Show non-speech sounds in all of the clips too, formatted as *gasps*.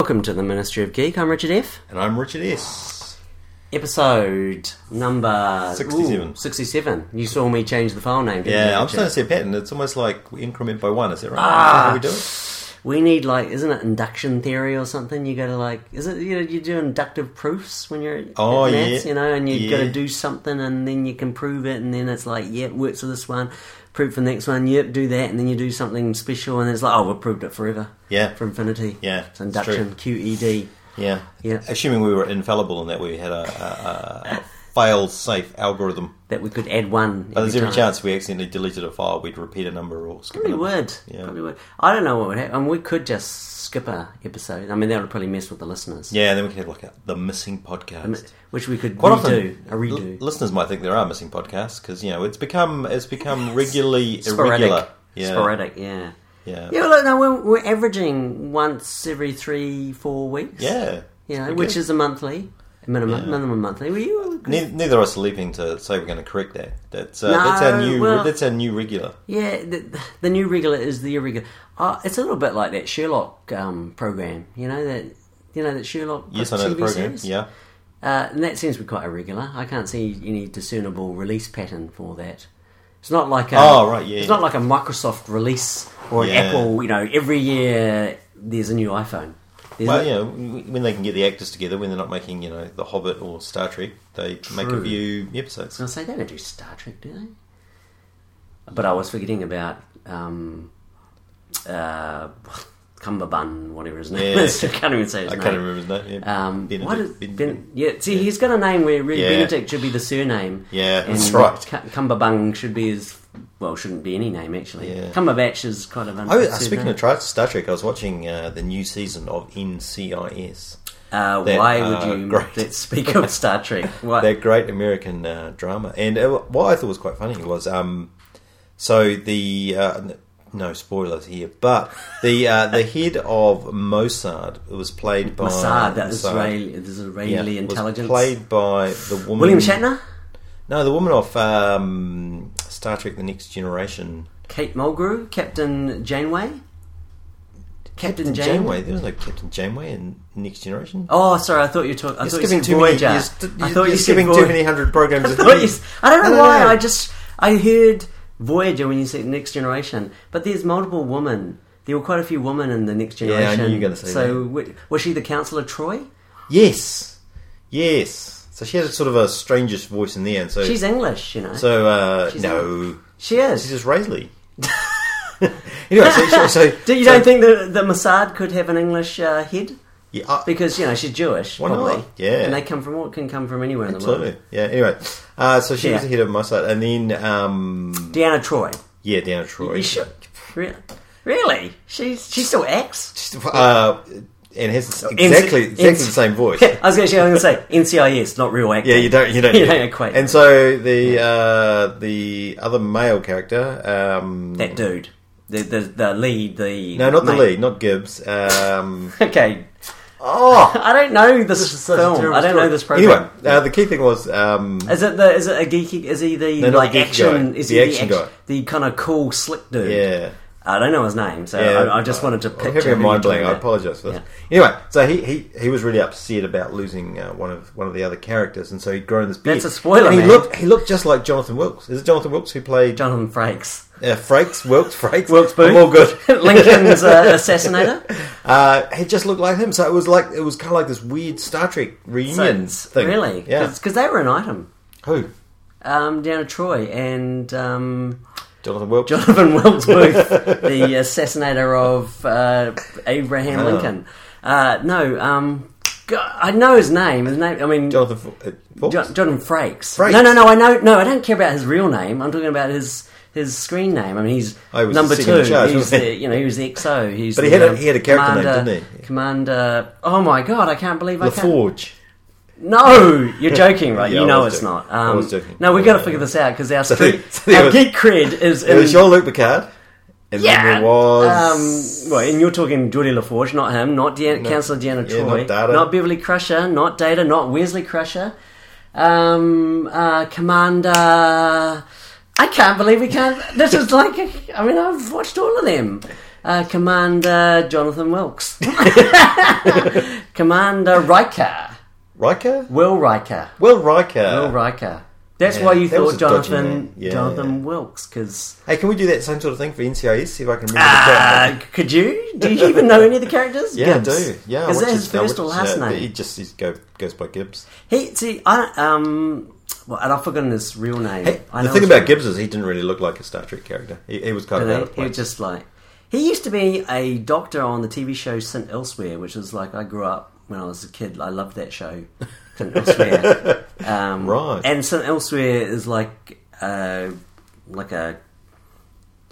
Welcome to the Ministry of Geek. I'm Richard F. And I'm Richard S. Episode number 67. Ooh, 67. You saw me change the file name. Didn't you, Yeah, I'm Richard? starting to see a pattern. It's almost like we increment by one. Is that right? Ah. Is that how we do it? We need like, isn't it induction theory or something? You got to like, is it you know you do inductive proofs when you're at- Oh, at maths, yeah. you know, and you have got to Yeah. do something and then you can prove it, and then it's like, yeah, it works for this one, prove for the next one, yep, do that, and then you do something special, and it's like, oh, we've proved it forever. Yeah. for infinity. Yeah, it's it's induction, E QED. Yeah. Yeah. Assuming we were infallible and that we had a, a, a, a fail-safe algorithm. That we could add one. But there's every every time. chance we accidentally deleted a file, we'd repeat a number or skip a Probably number. would. Yeah. Probably would. I don't know what would happen. I mean, we could just skip a episode. I mean, that would probably mess with the listeners. Yeah, and then we could have like a, the missing podcast. Which we could Quite redo. often, a l- redo. listeners might think there are missing podcasts because you know it's become it's become regularly Sporadic. irregular. Yeah, Sporadic, yeah. yeah, Yeah, well, look, no, we're, we're averaging once every three, four weeks. yeah. You know, Pretty which good. is a monthly, minimum, Yeah. minimum monthly. Were you? Neither, neither of us are leaping to say we're going to correct that. That's uh, No, that's our new well- that's our new regular. Yeah, the, the new regular is the irregular. Uh, it's a little bit like that Sherlock um, program, you know that you know that Sherlock Yes, I know the TV program. series? Yeah, Uh, and that seems to be quite irregular. I can't see any discernible release pattern for that. It's not like a, Oh, right, yeah, It's yeah. not like a Microsoft release or an Yeah. Apple. You know, every year there's a new iPhone. There's well, no- you know, w- when they can get the actors together, when they're not making you know the Hobbit or Star Trek, they make a True. few episodes. I was gonna say they don't do Star Trek, do they? But I was forgetting about um, uh, Cumberbun, whatever his name Yeah. is. *laughs* I can't even say his I name. can't remember his name. Yeah. Um, Benedict- what is, ben, Ben- yeah, see, he's got a name where really Yeah. Benedict should be the surname. Yeah, and that's right. Cu- Cumberbung should be his, well, shouldn't be any name actually. Yeah. Cumberbatch is kind of an. I was, Oh, speaking of tri- Star Trek, I was watching uh, the new season of NCIS, uh, that, why uh, would you *laughs* great- let's speak of Star *laughs* Trek? Why, that great American uh, drama. And uh, what I thought was quite funny was, um, so the uh, n- no spoilers here, but the *laughs* uh, the head of Mossad was played by Mossad, that Mossad. Israeli, the Israeli Yeah, was intelligence. played by the woman William Shatner, No, the woman of um, Star Trek: The Next Generation. Kate Mulgrew, Captain Janeway, Captain, Janeway. Janeway. There was no Captain Janeway in Next Generation. Oh, sorry, I thought you talked. I You're thought you said skipping too many. Voyager. You're, st- I you're- thought you're you said skipping Voy- too many hundred programs. *laughs* I at thought you once. s- I don't know why. no. I just I heard Voyager when you said Next Generation, but there's multiple women. There were quite a few women in the Next I knew you were Generation. gonna say so w- was she the Counselor Troy? Yes, yes. So she had a sort of a strangest voice in there, and so She's English, you know. so uh, She's no, she is. she's Israeli. *laughs* anyway, so, so, so Do *laughs* you so- don't think that the Mossad could have an English uh, head Yeah, I- because you know she's Jewish, Why not? probably. Yeah. and they come from what can come from anywhere in the world. absolutely. Yeah. Anyway, uh, so she Yeah. was the head of Mossad, and then um, Deanna Troy. yeah, down Troy. You should- Really? Really? She's she still acts. Uh, and has exactly exactly the same voice. Yeah, I was going to say, I was going to say NCIS, not real acting. *laughs* Yeah, you don't, you don't, *laughs* You get it. don't equate. And so the uh, the other male character, um, that dude, the the, the lead, the no, not the mate. lead, not Gibbs. Um, *laughs* Okay, oh, I don't know this, film. I don't know this program. Anyway, uh, the key thing was um, is it the is it a geeky? Is he the No, not like the geeky action? guy. Is The he action the guy. The kind of cool slick dude. yeah. I don't know his name, so Yeah, Oh, I, I just wanted to I'm picture. having a who you're mind blank. I talking about. apologise for this. Anyway, so he, he, he was really upset about losing uh, one of one of the other characters, and so he'd grown this beard. That's a spoiler, And he man. looked he looked just like Jonathan Wilkes. Is it Jonathan Wilkes who played uh, Jonathan *laughs* Frakes, *laughs* Frakes? Wilkes Frakes Wilkes Booth? I'm all good. *laughs* Lincoln's uh, assassinator. Uh, he just looked like him, so it was like it was kind of like this weird Star Trek reunion thing. Really? Yeah. Because they were an item. Who? Um, down at Troy and um, Jonathan Wilkes. Donovan *laughs* Wilkes Booth, the uh, assassinator of uh, Abraham Oh. Lincoln. Uh, no, um, go- I know his name. His name, I mean, John, Jonathan F- uh, Wilkes? Jonathan Frakes. Frakes. No, no, no. I know. No, I don't care about his real name. I'm talking about his his screen name. I mean, he's Oh, he was number the second two. in charge, he's wasn't he? the, you know, he was the XO. He's But he the, had a- um, he had a character name, commander- didn't he? Commander. Oh my god! I can't believe I can't. LaForge. No, *laughs* you're joking, right? Yeah, you I know was it's joking. not. I Um, was joking. No, we got to Yeah. figure this out because our *laughs* So street, there our was- geek cred is It was in. Jean Luc Picard, and then there was Um, well, and you're talking Geordie LaForge, not him, not Deanna, No. Councillor Deanna Yeah, Troy, not Data. Beverly Crusher, not Data, not Wesley Crusher, um, uh, Commander. I can't believe we can't. This is like. I mean, I've watched all of them. Uh, Commander Jonathan Wilkes. *laughs* Commander Riker. Riker? Will Riker. Will Riker. Will Riker. That's Yeah, why you that thought was a dodgy Jonathan name. Yeah, Jonathan Wilkes, because Hey, can we do that same sort of thing for NCIS? See if I can remember the uh, could you? Do you even know any of the characters? Yeah, Gibbs. I do. Yeah, I is watch that his I first or watch, last uh, name? He just he go, goes by Gibbs. He see, I don't- um, well, and I've forgotten his real name. I the know thing his about real- Gibbs is he didn't really look like a Star Trek character. He, he was kind of out He, of he place. was just like he used to be a doctor on the TV show St. Elsewhere, which was like I grew up when I was a kid. I loved that show, St. *laughs* Elsewhere. Um, Right. And St. Elsewhere is like uh, like a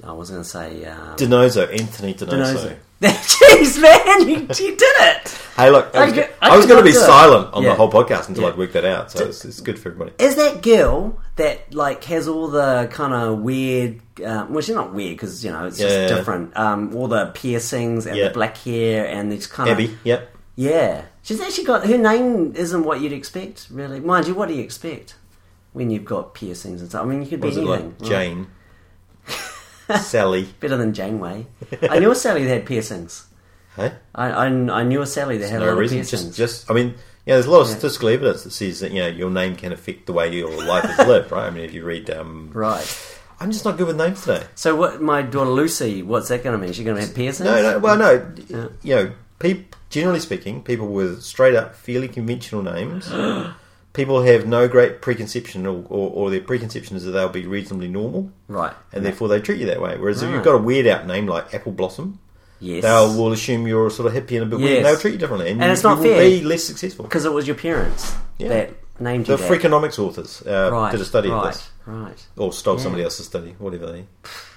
I was going to say um, Denozo, Anthony Denozo. Denozo. *laughs* Jeez, man, you, you did it. Hey, look, I I was, could- I I was could not going to be do it. silent on Yeah. the whole podcast until Yeah. I'd worked that out, so it's, it's good for everybody. is that girl that like has all the kind of weird uh, well she's not weird because you know it's Yeah. just different um, all the piercings and Yeah. the black hair and it's kind Abby, of yep. yeah she's actually got her name isn't what you'd expect really mind you what do you expect when you've got piercings and stuff I mean you could What is be it anything like? right? Jane. *laughs* Sally. better than *laughs* Janeway I knew a Sally that had piercings Hey? I, I, I knew a Sally that had a No lot reason. of piercings Just, just. I mean, yeah. There's a lot of statistical evidence that says that you know your name can affect the way your life is lived, right? I mean, if you read, um, right I'm just not good with names today. so what my daughter Lucy what's that going to mean she's going to have piercings No, no. Well, no. You know, peop, generally speaking, people with straight up, fairly *gasps* conventional names. People have no great preconception, or, or, or their preconception is that they'll be reasonably normal, right and therefore they treat you that way. Whereas if you've Right. got a weird out name like Apple Blossom, yes they will assume you're sort of hippie and a bit weird, and Yes. they'll treat you differently, and, And you, it's not you will fair. be less successful. Because it was your parents Yeah. that named The you that. Freakonomics authors uh, did a study right, of this. Right, Or stole somebody else's study, whatever they.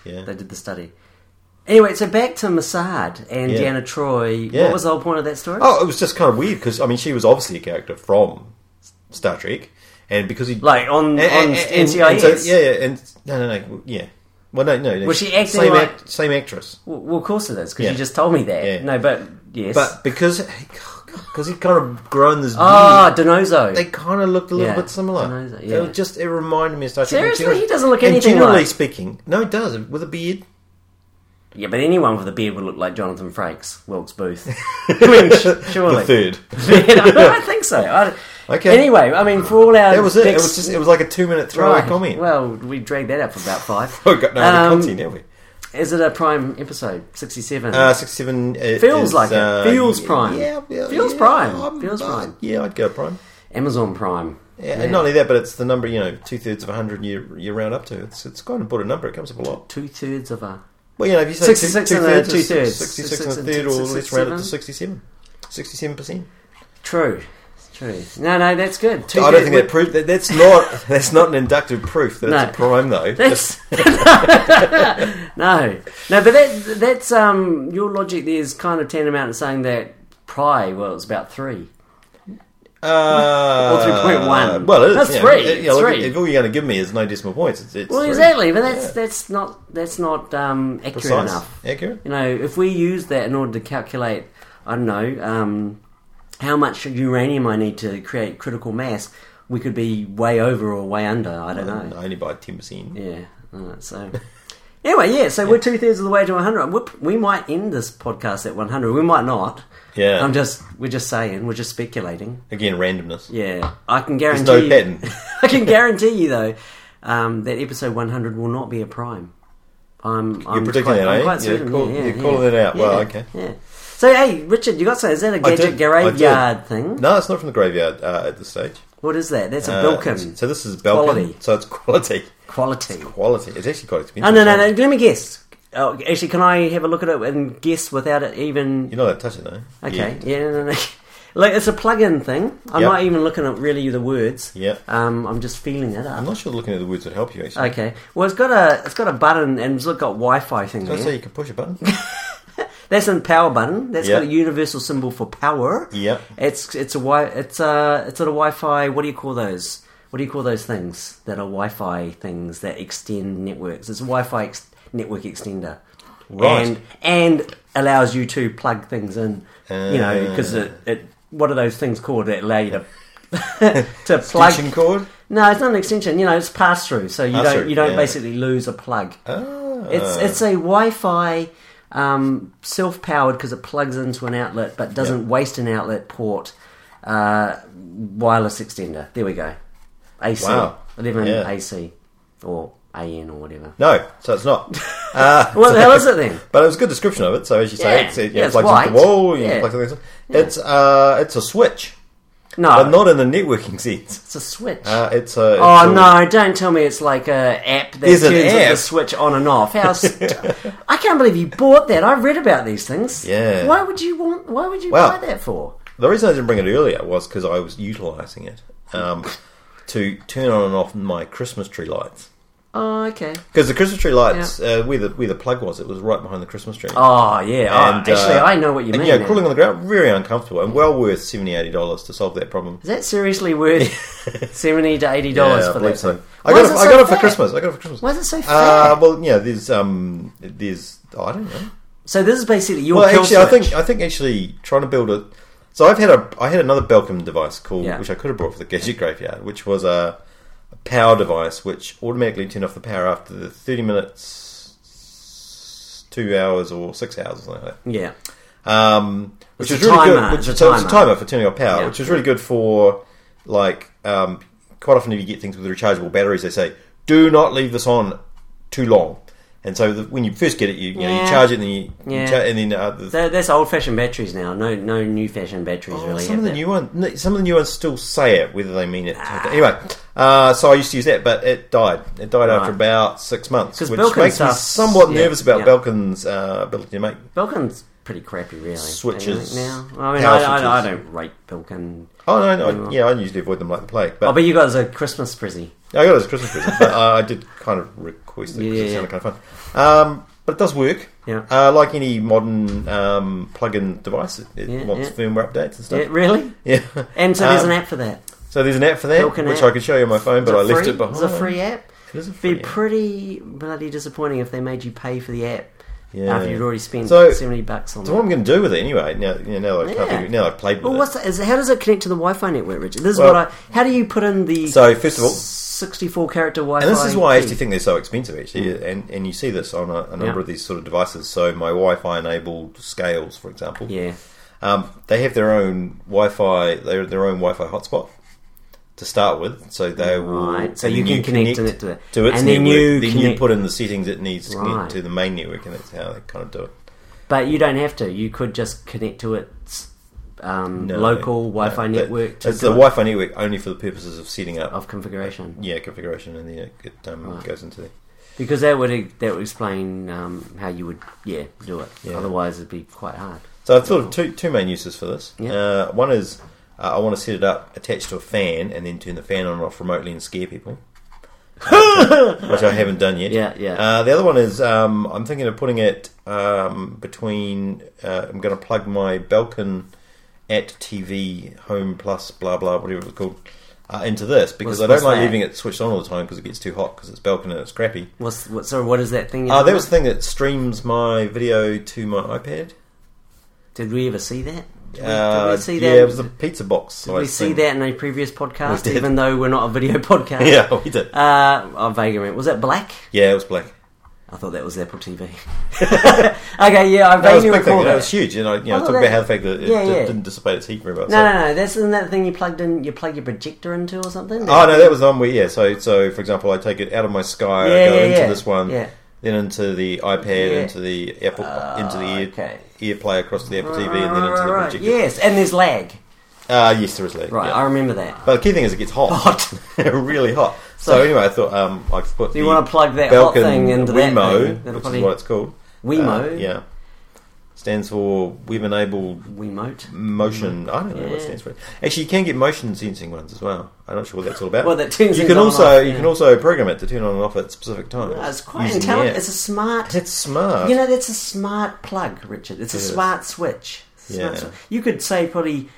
Yeah. they did the study. Anyway, so back to Massad and Yeah. Deanna Troy. Yeah. What was the whole point of that story? oh, it was just kind of weird because I mean she was obviously a character from Star Trek, and because he Like on, on NCIS? and so- yeah, yeah, and no, no, no, yeah. Well, no, no. no. Was she acting same like- act- same actress? Well, well, of course it is, because Yeah. you just told me that. Yeah. No, but yes. But because because he kind of grown this ah, beard, Denozo. they kind of looked a little Yeah. bit similar. I know that, It yeah. was just it reminded me of Star Trek. And Seriously? generally- He doesn't look and anything Generally like- speaking, no, it does with a beard. *laughs* yeah, but anyone with a beard would look like Jonathan Frakes, Wilkes *laughs* Booth. *laughs* I mean, sh- surely. The *laughs* third. I don't think so. I, Okay. Anyway, I mean, for all our That was it. It big was just it was like a two minute *laughs* throwaway Right. comment. Well, we dragged that out for about five. *laughs* We've got no other Um, content, have we? Is it a prime episode? Sixty-seven. Uh, six seven uh, Feels is, like it. uh, Feels yeah, prime. Yeah, yeah, Feels yeah, prime. I'm- Feels uh, prime. Yeah, I'd go prime. Amazon Prime. Yeah, And not only that, but it's the number you know two thirds of a hundred you you round up to. It's it's quite an important number. It comes up a lot. Two thirds of a. Well, you know, if you say two- 66 and a two-thirds, it's two-thirds. sixty-six and a 66 third, or and let's round it 67. to sixty-seven. Sixty-seven percent. True. True. No, no, that's good. Two I don't think that proof that that's not that's not an inductive proof that No. it's a prime though. That's *laughs* no, no, but that that's um your logic there is kind of tantamount to saying that Pry well it's about three. Uh, Or 3.1. Well, it is, That's yeah. three. It- yeah, look, Three. If all you're going to give me is no decimal points, it's, it's Well, three. exactly, but that's that's not that's not um accurate Precise. enough. Accurate. You know, if we use that in order to calculate, I don't know, um, how much uranium I need to create critical mass, we could be way over or way under. I don't know. I only by ten percent. Yeah. Alright, *laughs* so. Anyway, yeah, so we're two thirds of the way to 100. Whoop, We might end this podcast at 100. We might not. Yeah. I'm just, we're just saying, we're just speculating. Again, randomness. Yeah. I can guarantee. There's no you- pattern. *laughs* I *laughs* can guarantee you, though, um, that episode 100 will not be a prime. I'm, I'm You're predicting quite, that, I'm eh? quite You're certain. call- yeah, yeah, you're calling yeah. it out. Well, Yeah, okay. Yeah. So, hey, Richard, you got something. Is that a I gadget did. I did. graveyard thing? No, it's not from the graveyard uh, at this stage. What is that? That's a Uh, Bilkin. So this is Belkin. Quality. So it's *laughs* quality. Quality. Quality. It's actually quite expensive. Oh no no no! Let me guess. Oh, actually, can I have a look at it and guess without it even? You're not allowed to touch it though. Okay, yeah, no, no. *laughs* Look, it's a plug-in thing. I'm Yep. not even looking at really the words. Yep. Um, I'm just feeling it I'm up. not sure looking at the words would help you actually. Okay. Well, it's got a it's got a button and it's got Wi-Fi thing Did I there. say you can push a *laughs* button? That's a power button. That's Yep. got a universal symbol for power. Yep. It's it's a wi it's a it's got a Wi-Fi. What do you call those? What do you call those things that are Wi-Fi things that extend networks? It's a Wi-Fi ex- network extender, Right. and and allows you to plug things in. you know, because it, Ah. it what are those things called that allow you *laughs* to *laughs* to plug? Extension cord. No, it's not an extension. You know, it's pass through, so you don't Pass-through, you don't yeah. basically lose a plug. Ah. It's it's a Wi-Fi um, self powered because it plugs into an outlet but doesn't Yeah. waste an outlet port uh, wireless extender. There we go. AC. Wow. 11 Yeah. AC or AN or whatever. No, so *laughs* it's not. Uh, What the hell is it then? *laughs* But it was a good description of it. So as you say, Yeah. it's, it Yeah, yeah, it's plugs into white. the wall. You Yeah. plug things in. It's uh, it's a switch, No, but not in the networking sense. it's a switch. Uh, it's a. oh it's a- no! Don't tell me it's like a app that There's turns an app. the switch on and off. *laughs* How st- I can't believe you bought that. I read about these things. Yeah. Why would you want? Why would you Well- buy that for? The reason I didn't bring it earlier was because I was utilising it um, *laughs* to turn on and off my Christmas tree lights. Oh, okay. Because the Christmas tree lights, uh, where the where the plug was, it was right behind the Christmas tree. Oh yeah. And, oh, actually, uh, I know what you and, mean. Yeah, now. crawling on the ground, very uncomfortable, and well worth $70, $80 to solve that problem. Is that seriously *laughs* worth seventy to eighty dollars Yeah, I for believe that? so. thing? I Why got, is it, it I so got it for fat? Christmas. I got it for Christmas. Why is it so fat? Uh, well, yeah, there's um, there's oh, I don't know. so this is basically your Well, kill actually, I switch. think I think actually trying to build a. So I've had a I had another Belkin device called Yeah. which I could have brought for the gadget graveyard, which was a, a power device which automatically turned off the power after the thirty minutes, two hours, or six hours, or something like that yeah. um, which It's is a really timer, good. it's Which a so it's a timer. timer for turning off power, Yeah. which is really good for like um, quite often if you get things with rechargeable batteries, they say do not leave this on too long. And so the, when you first get it, you, you, know, Yeah. you charge it, and then you, you Yeah. cha- and then uh, the, That, that's old-fashioned batteries now. No, no new-fashioned batteries Oh, really. some have of the that. new ones, no, some of the new ones still say it, whether they mean it. Ah. Anyway, uh, so I used to use that, but it died. It died after Right. about six months, 'Cause which Belkin makes me stuff's- somewhat yeah, nervous about yeah. Belkin's uh, ability to make Belkin's pretty crappy, really. Switches. don't you think now. I mean, Power I, I, I switches. don't rate Belkin. Oh no, no, I, yeah, I usually avoid them like the plague. But Mm. Oh, but you guys a Christmas prezi. I got it as a Christmas present, but uh, I did kind of request it because Yeah, it yeah. sounded kind of fun. Um, but it does work. Yeah. Uh, like any modern um, plug-in device, it, it Yeah, wants yeah. firmware updates and Yeah, stuff. really? *laughs* Yeah. And so there's Um, an app for that. So there's an app for that, Belkin which app. I could show you on my phone, Is but I left free? it behind. Is it a free app? It is a Be free app. pretty bloody disappointing if they made you pay for the app Yeah. after you'd already spent So- seventy bucks on So what it. I'm going to do with it anyway? Now, you know, now that I've, Yeah. covered- now that I've played with Well, it. what's the, is, how does it connect to the Wi-Fi network, Richard? This is Well- what I. How do you put in the So, first of all- sixty-four character Wi-Fi? and this is why I key? Hmm. actually think they're so expensive. Actually, and and you see this on a, a number Yeah. of these sort of devices. So my Wi-Fi enabled scales, for example, Yeah, Um, they have their own Wi-Fi, their their own Wi-Fi hotspot to start with. So they will. Right, so and you then can connect it to it. its And network. then Then you you, connect- put in the settings it needs to Right. connect to the main network, and that's how they kind of do it. but you don't have to. You could just connect to its um, No, local no, Wi-Fi but network to It's the do it Wi-Fi network only for the purposes of setting up. of configuration. yeah, configuration, and then it, it um, Right. goes into there. Because that would that would explain um, how you would yeah do it. Yeah. Otherwise, it'd be quite hard. So I've thought of two two main uses for this. Yeah. Uh, one is uh, I want to set it up attached to a fan, and then turn the fan on and off remotely and scare *laughs* people, which I haven't done yet. Yeah, yeah. Uh, the other one is um, I'm thinking of putting it um, between. Uh, I'm going to plug my Belkin at TV Home Plus blah blah whatever it's called uh, into this because What's- I don't what's like that? leaving it switched on all the time because it gets too hot because it's Belkin and it's crappy. What's what? So what is that thing? Uh, that was the thing that streams my video to my iPad. Did we ever see that? Did we, did Uh, we see yeah, that? it was a pizza box. did we see that in a previous podcast? We did. Even though we're not a video *laughs* podcast. *laughs* Yeah, we did. Uh, I vaguely remember. Was that black? Yeah, it was black. I thought that was Apple *laughs* TV. okay, yeah, I That was vaguely a big recall thing. that. That was huge. And I, you Oh, know, I talked that- about how the fact that it yeah, di- yeah. didn't dissipate its heat very No, well. so- no, no. That's isn't that the thing you plugged in? You plug your projector into or something? Oh no, that was the one where yeah. So so for example, I take it out of my Sky, I Yeah, go yeah, into yeah. this one, Yeah. then into the iPad, Yeah. Ah, into the Apple, into the ear, okay. ear play across the Apple TV, Right, and then into the right, projector. Yes, and there's lag. Uh, yes, there is lag. Right, yeah. I remember that. But the key thing is it gets hot, Hot. *laughs* really hot. *laughs* So, So- anyway, I thought um, I could put Do you the want to plug that hot Belkin thing into that Wemo, thing? That'll which probably is what it's called. Wemo? Uh, yeah, stands for Web Enabled Wiimote. motion. I don't know what it Yeah. stands for. Actually, you can get motion sensing ones as well. I'm not sure what that's all about. Well, that turns you things can on and also off, you yeah. can also program it to turn on and off at specific times. Oh, it's quite using the intelligent. app. It's a smart. It's smart. You know, that's a smart plug, Richard. It's a Yes. smart switch. Smart Yeah. swi- You could save probably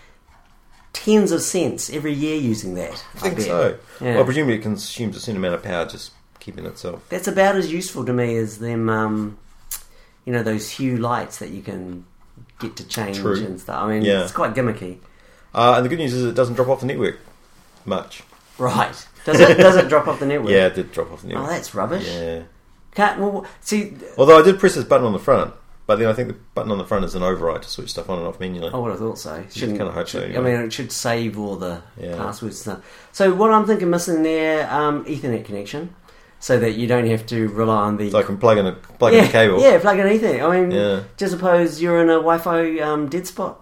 tens of cents every year using that. I I think bet. so. Yeah. Well, presumably it consumes a certain amount of power just keeping itself. That's about as useful to me as them, um, you know, those hue lights that you can get to change True. and stuff. I mean, Yeah. it's quite gimmicky. Uh, and the good news is it doesn't drop off the network much. Right. Does it, does it drop off the network? *laughs* Yeah, it did drop off the network. Oh, that's rubbish. yeah. Can't, well, see, Although I did press this button on the front, But then I think the button on the front is an override to switch stuff on and off manually. Oh, I would have thought so. Shouldn't kinda hope so, should- yeah. I mean, it should save all the Yeah. passwords. and stuff. So what I'm thinking missing there, um, Ethernet connection, so that you don't have to rely on the So I can plug in a plug yeah, in a cable. Yeah, plug in Ethernet. I mean, Yeah. just suppose you're in a Wi-Fi um, dead spot,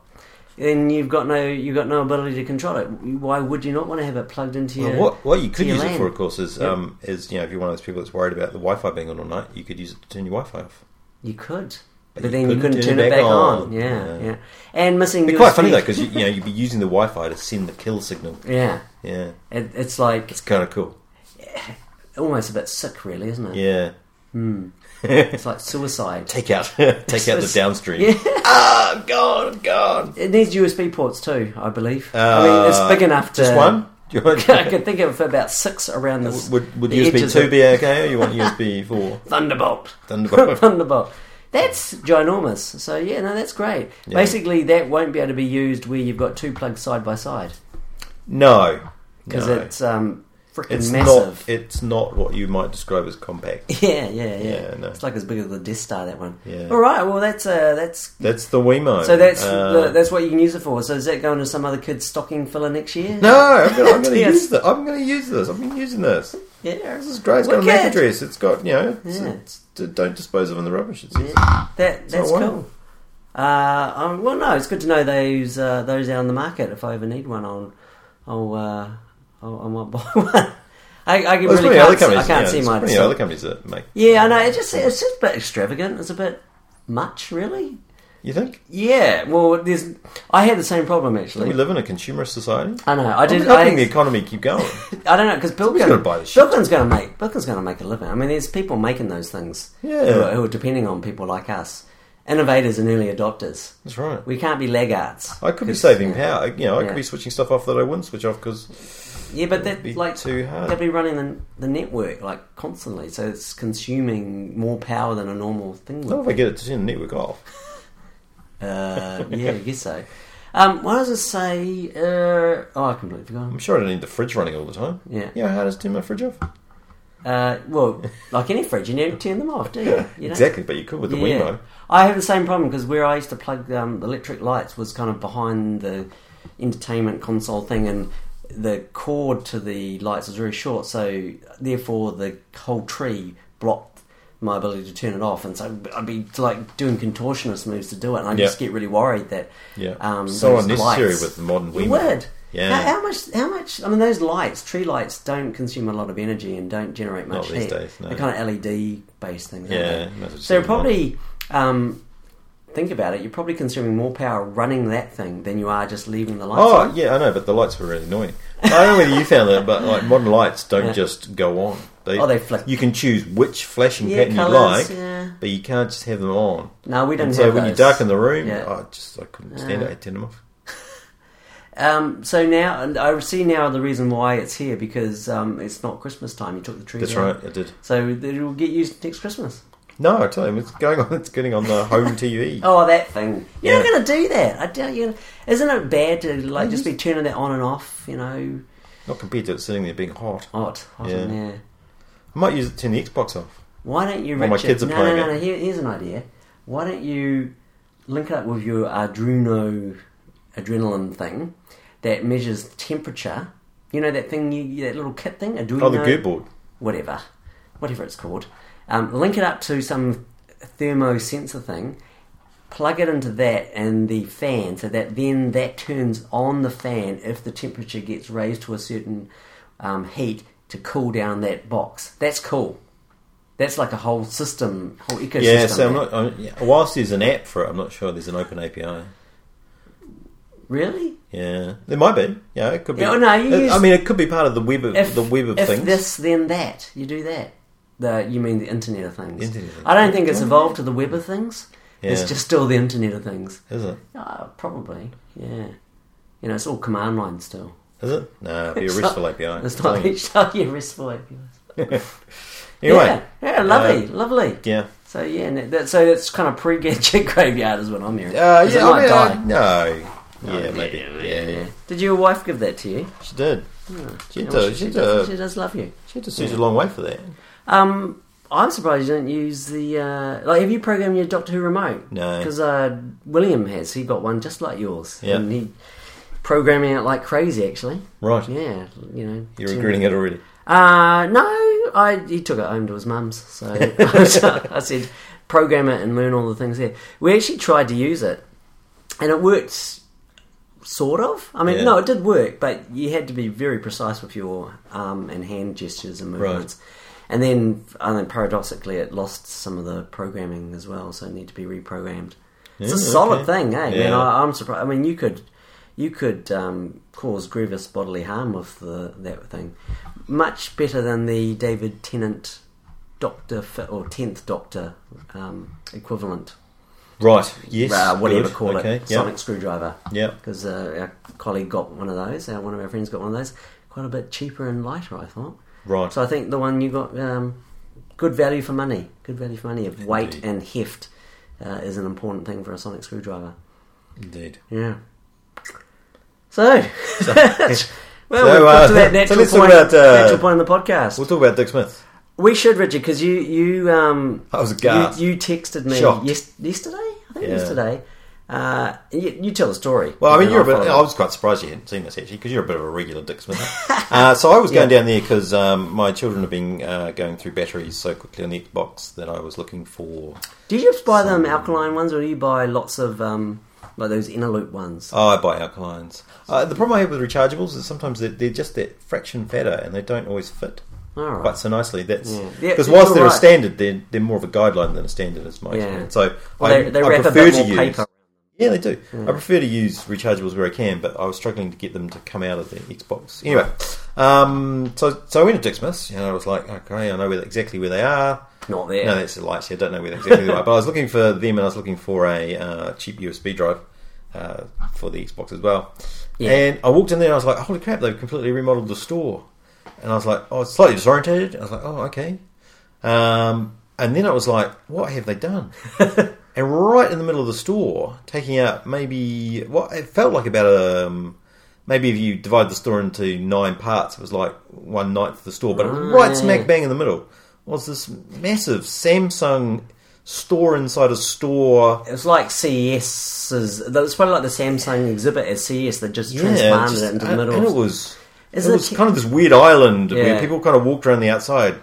then you've got no you've got no ability to control it. Why would you not want to have it plugged into Well, your? what what you could to your use it LAN. for, of course, is Yeah. um, is you know if you're one of those people that's worried about the Wi-Fi being on all night, you could use it to turn your Wi-Fi off. You could, but, But you then you couldn't couldn't turn it back, on. Yeah, yeah, And missing. It'd be USB. quite funny though, because you, you know you'd be using the Wi-Fi to send the kill signal. yeah, Yeah, it, it's like it's kind of cool. almost a bit sick, really, isn't it? Yeah, It's like suicide. take out *laughs* take out the It's- downstream. Yeah. *laughs* Ah, I'm gone, I'm gone. It needs USB ports too, I believe. I mean, it's Uh, big enough to. Just one. *laughs* Do you want, *laughs* I could think of about six around this. would would the USB edges two of- be okay, or you want *laughs* USB four? Thunderbolt. *laughs* Thunderbolt. Thunderbolt. That's ginormous. So yeah, no, that's great. Yeah. Basically, that won't be able to be used where you've got two plugs side by side No, because No. it's um freaking It's massive. not. It's not what you might describe as *laughs* compact. yeah, yeah, yeah. Yeah, no. It's like as big as the Death Star. That one. Yeah. All right. Well, that's uh, that's That's the Wemo. so that's Uh, the, that's what you can use it for. So is that going to some other kid's stocking filler next year? no. I'm gonna, I'm gonna *laughs* Yes. use this. I'm gonna use this. I've been using this. Yeah. This is great. It's got a MAC Wicked. address. It's got you know. It's, Yeah. it's, don't dispose of in the rubbish. It's easy. Yeah, that, not that's one. cool. Uh, um, well, no, it's good to know those uh, those out on the market. If I ever need one, I'll I'll, uh, I'll I might *laughs* buy one. I, I Well, there's really plenty of other can't, see, companies. I can't yeah, see there's my. plenty of other companies that make. Yeah, I know. It just it's just a bit extravagant. It's a bit much, really. You think Yeah. Well, there's. I had the same problem we actually. live in a consumerist society? I know. I I'm did. helping the I, economy keep going. I don't know because Bilkin, gotta buy this shit. Bilkin's going to make Bilkin's going to make a living. I mean, there's people making those things. Yeah. Who are, who are depending on people like us, innovators and early adopters. That's right. We can't be laggards. I could be 'Cause, saving yeah. power. You know, I Yeah. could be switching stuff off that I wouldn't switch off because Yeah, but would be that like too hard. they'd be running the, the network like constantly, so it's consuming more power than a normal thing what would. if I get it to turn the network off? Uh, *laughs* yeah, I guess so. Um, what does it say? Uh, oh, I completely I'm forgot. sure I don't need the fridge running all the time. Yeah. You know how hard it is to turn my fridge off? Uh, well, like any fridge, you never turn them off, do you? *laughs* You know? Exactly, but you could with the Yeah. Wemo. I have the same problem because where I used to plug um, the electric lights was kind of behind the entertainment console thing, and the cord to the lights was very short, so therefore the whole tree blocked my ability to turn it off, and so I'd be like doing contortionist moves to do it, and I would Yeah. just get really worried that Yeah. um, so those unnecessary lights- with the modern Wemo. you would. Yeah. How, how much? How much? I mean, those lights, tree lights, don't consume a lot of energy and don't generate much Not these heat. days, no. They're kind of LED based things. Yeah, Aren't might as they? So you're well just leave them on. probably um, think about it. You're probably consuming more power running that thing than you are just leaving the lights. Oh, on. yeah, I know, but the lights were really annoying. I don't know whether you found that, but like modern lights don't Yeah. just go on. They, Oh, they flick. You can choose which flashing Yeah, pattern you colours, like, yeah. but you can't just have them on. No, we don't And have so when you those. darken the room, Yeah. I just I couldn't stand it. I turned them off. Um, so now, and I see now the reason why it's here because um, it's not Christmas time. You took the tree. That's down. right, I did. So it'll get used next Christmas. No, I tell you, it's going on. *laughs* It's getting on *laughs* the home TV. Oh, that thing! You're Yeah. Mm-hmm. not going to do that. I doubt you. Isn't it bad to like just be turning that on and off? You know, Not compared to it sitting there being hot. hot, hot Yeah. in there. I might use it to turn the Xbox off. Why don't you? Well, Richard, my kids are no, playing no, no, it. no. Here, here's an idea. Why don't you link it up with your Arduino adrenaline thing that measures temperature? You know that thing, you, that little kit thing, Arduino. Oh, the Gert board. whatever, whatever it's called. Um, link it up to some thermo sensor thing, plug it into that and the fan, so that then that turns on the fan if the temperature gets raised to a certain um, heat to cool down that box. That's cool. That's like a whole system, whole ecosystem. Yeah, so I'm not. I'm, yeah, whilst there's an app for it, I'm not sure there's an open API. really. Yeah, there might be. Yeah, it could be. Yeah, oh, no, you It- use- I mean, it could be part of the web of the web of if things. this, then that. You do that. The, you mean the Internet of Things? Internet of Things. I don't think it's evolved to the Web of Things. Yeah. It's just still the Internet of Things. Is it? Uh, probably, yeah. You know, it's all command line still. Is it? No, it'd be a RESTful API. I'm It's telling not *laughs* you. each time you RESTful APIs. Anyway, Yeah, yeah, lovely, lovely. Uh, yeah. So yeah, and that, so that's kind of pre-gadget *laughs* graveyard is what I'm hearing. Uh, 'Cause yeah, it I might mean, uh, die. no. Yeah, maybe. Yeah, yeah. Did your wife give that to you? She did. Yeah. She Yeah, does, she, she does, does. she does love you. She had to search a long way for that. Um, I'm surprised you didn't use the uh, like. Have you programmed your Doctor Who remote? No. because uh, William has. He got one just like yours. Yeah. and he programming it like crazy. Actually, Right. yeah, you know. You're tune- regretting it already. Uh, no, I he took it home to his mum's. So *laughs* I said, program it and learn all the things there. We actually tried to use it, and it worked sort of. I mean, Yeah. no, it did work, but you had to be very precise with your arm and hand gestures and movements. And then, and then paradoxically, it lost some of the programming as well, so it needed to be reprogrammed. It's a Yeah, solid okay. thing, eh? Man, Yeah. I, I'm surprised. I mean, you could you could um, cause grievous bodily harm with the, that thing. Much better than the David Tennant Doctor Fi- or Tenth Doctor um, equivalent, Right. Yes. uh, whatever good, call okay. it, Yeah. sonic screwdriver. Yeah. Because uh, our colleague got one of those. Our, one of our friends got one of those. Quite a bit cheaper and lighter, I thought. Right. So I think the one you got, um, good value for money. Good value for money. Of weight and heft uh, is an important thing for a sonic screwdriver. Indeed. Yeah. So, *laughs* well, *laughs* So, we've got uh, to that so natural, let's talk point, about, uh, natural point in the podcast. We'll talk about Dick Smith. We should, Richard, because you you um I was you, aghast. you texted me Shocked. yes, yesterday, I think Yeah. yesterday. Uh, you, you tell the story. Well, I mean, And you're a I'll bit. I follow. was quite surprised you hadn't seen this actually, because you're a bit of a regular Dick Smith. uh, so I was going Yeah. down there because um, my children have been uh, going through batteries so quickly on the Xbox that I was looking for. Did you just buy them alkaline ones, or do you buy lots of um like those inner loop ones? Oh, I buy alkalines. Uh, the problem I have with rechargeables is sometimes they're, they're just that fraction fatter and they don't always fit All right. quite so nicely. That's Ah. Yeah. because Yeah, whilst you're they're a right. standard, they're, they're more of a guideline than a standard, is my Yeah. opinion. So Well, I, they, they I wrap a prefer bit to more use. paper. Yeah, they do. I prefer to use rechargeables where I can, but I was struggling to get them to come out of the Xbox. Anyway, um, so so I went to Dick Smith's and I was like, okay, I know where, exactly where they are. Not there. No, that's the lights. I don't know where they exactly are. But I was looking for them, and I was looking for a uh, cheap USB drive uh, for the Xbox as well. Yeah. And I walked in there, and I was like, "Holy crap! They've completely remodeled the store." And I was like, "Oh, it's slightly disorientated." I was like, "Oh, okay." Um, and then I was like, "What have they done?" and right in the middle of the store, taking out maybe what it felt like about um, maybe if you divide the store into nine parts, it was like one ninth of the store, but right Right. smack bang in the middle was this massive Samsung store inside a store. It was like CES's. It was probably like the Samsung exhibit at CES that just Yeah, transplanted just- it into the and- middle. and of- it was Is it it was ki- kind of this weird island where Yeah. people kind of walked around the outside,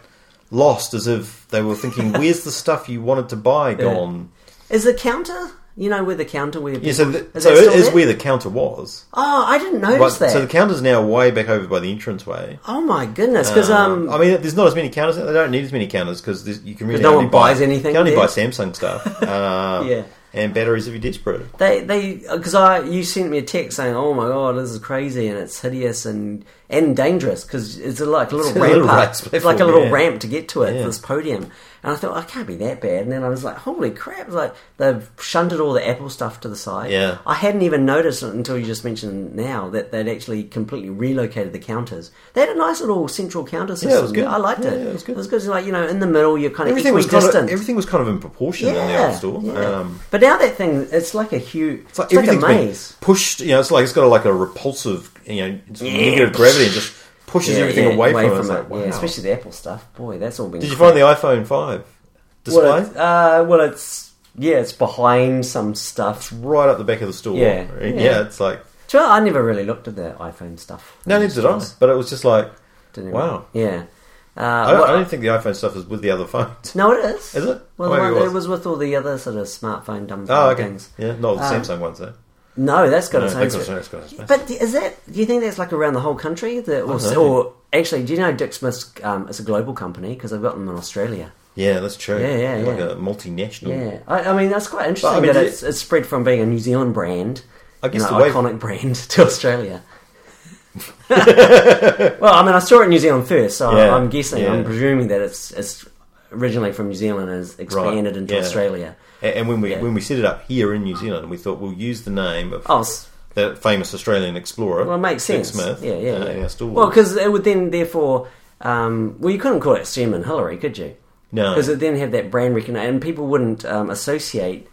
lost as if they *laughs* were thinking, "Where's the stuff you wanted to buy gone?" Is the counter? You know where the counter where? Yeah, so th- Is so that it still is there? where the counter was. oh, I didn't But, notice that. so the counter's now way back over by the entranceway. oh my goodness, because Uh, um, I mean, there's not as many counters. They don't need as many counters because you can really no only one buy, buys anything You can only there. buy Samsung stuff. *laughs* Uh, Yeah. and batteries if you're desperate. they they because I you sent me a text saying, oh my god, this is crazy and it's hideous and and dangerous because it's a, like a little It's *laughs* a ramp little up, rights it's like a little platform, yeah. ramp to get to it, Yeah. this podium. And I thought, I can't be that bad. And then I was like, holy crap! Like they've shunted all the Apple stuff to the side. Yeah. I hadn't even noticed it until you just mentioned now that they'd actually completely relocated the counters. They had a nice little central counter system. it was good. I liked Yeah, it. yeah, it was good. It was good. It's like you know, in the middle, you're kind of Everything was kind of, equidistant. everything was kind of in proportion in the Apple store. yeah. Um, but now that thing, it's like a huge, it's it's like like, a everything's maze. been pushed. You know, it's like it's got like a repulsive, you know, it's Yeah. negative gravity and just pushes Yeah, everything yeah, away, from, it. It's like, yeah, wow. especially the Apple stuff. Boy, that's all been. Did you find the iPhone five display Well, it's, uh, well, it's yeah, it's behind some stuff. right up the back of the store? Yeah, yeah. yeah. it's like Do you know, I never really looked at the iPhone stuff. no, neither did I. But it was just like Didn't even- wow. Yeah. Uh, I don't, what- I don't think the iPhone stuff is with the other phones. no, it is. Is it? Well, Oh, the maybe one, it it was was. with all the other sort of smartphone dumb Oh, okay. things. Yeah, not the Ah. Um, Samsung ones though. No, that's got No, its own. that's sp- got its own space. But d- is that? Do you think that's like around the whole country? That or, know. or actually, do you know Dick Smith's? Um, it's a global company because they've got them in Australia. Yeah, that's true. Yeah, yeah, Like yeah. a multinational. Yeah, I, I mean that's quite interesting Mm. I mean, that did it's, it's spread from being a New Zealand brand, I guess an the way- iconic brand, *laughs* to *laughs* Australia. well, I mean, I saw it in New Zealand first, so Yeah, I'm guessing, yeah. I'm presuming that it's it's originally from New Zealand and has expanded into yeah. Australia. A- And when we Yeah. when we set it up here in New Zealand, we thought we'll use the name of Oh, s- the famous Australian explorer. well, it makes Dick sense. Smith. yeah, yeah, uh, in yeah. our store. Well, because it would then therefore, um, well, you couldn't call it Seaman Hillary, could you? no, because it then had that brand recognition, and people wouldn't um, associate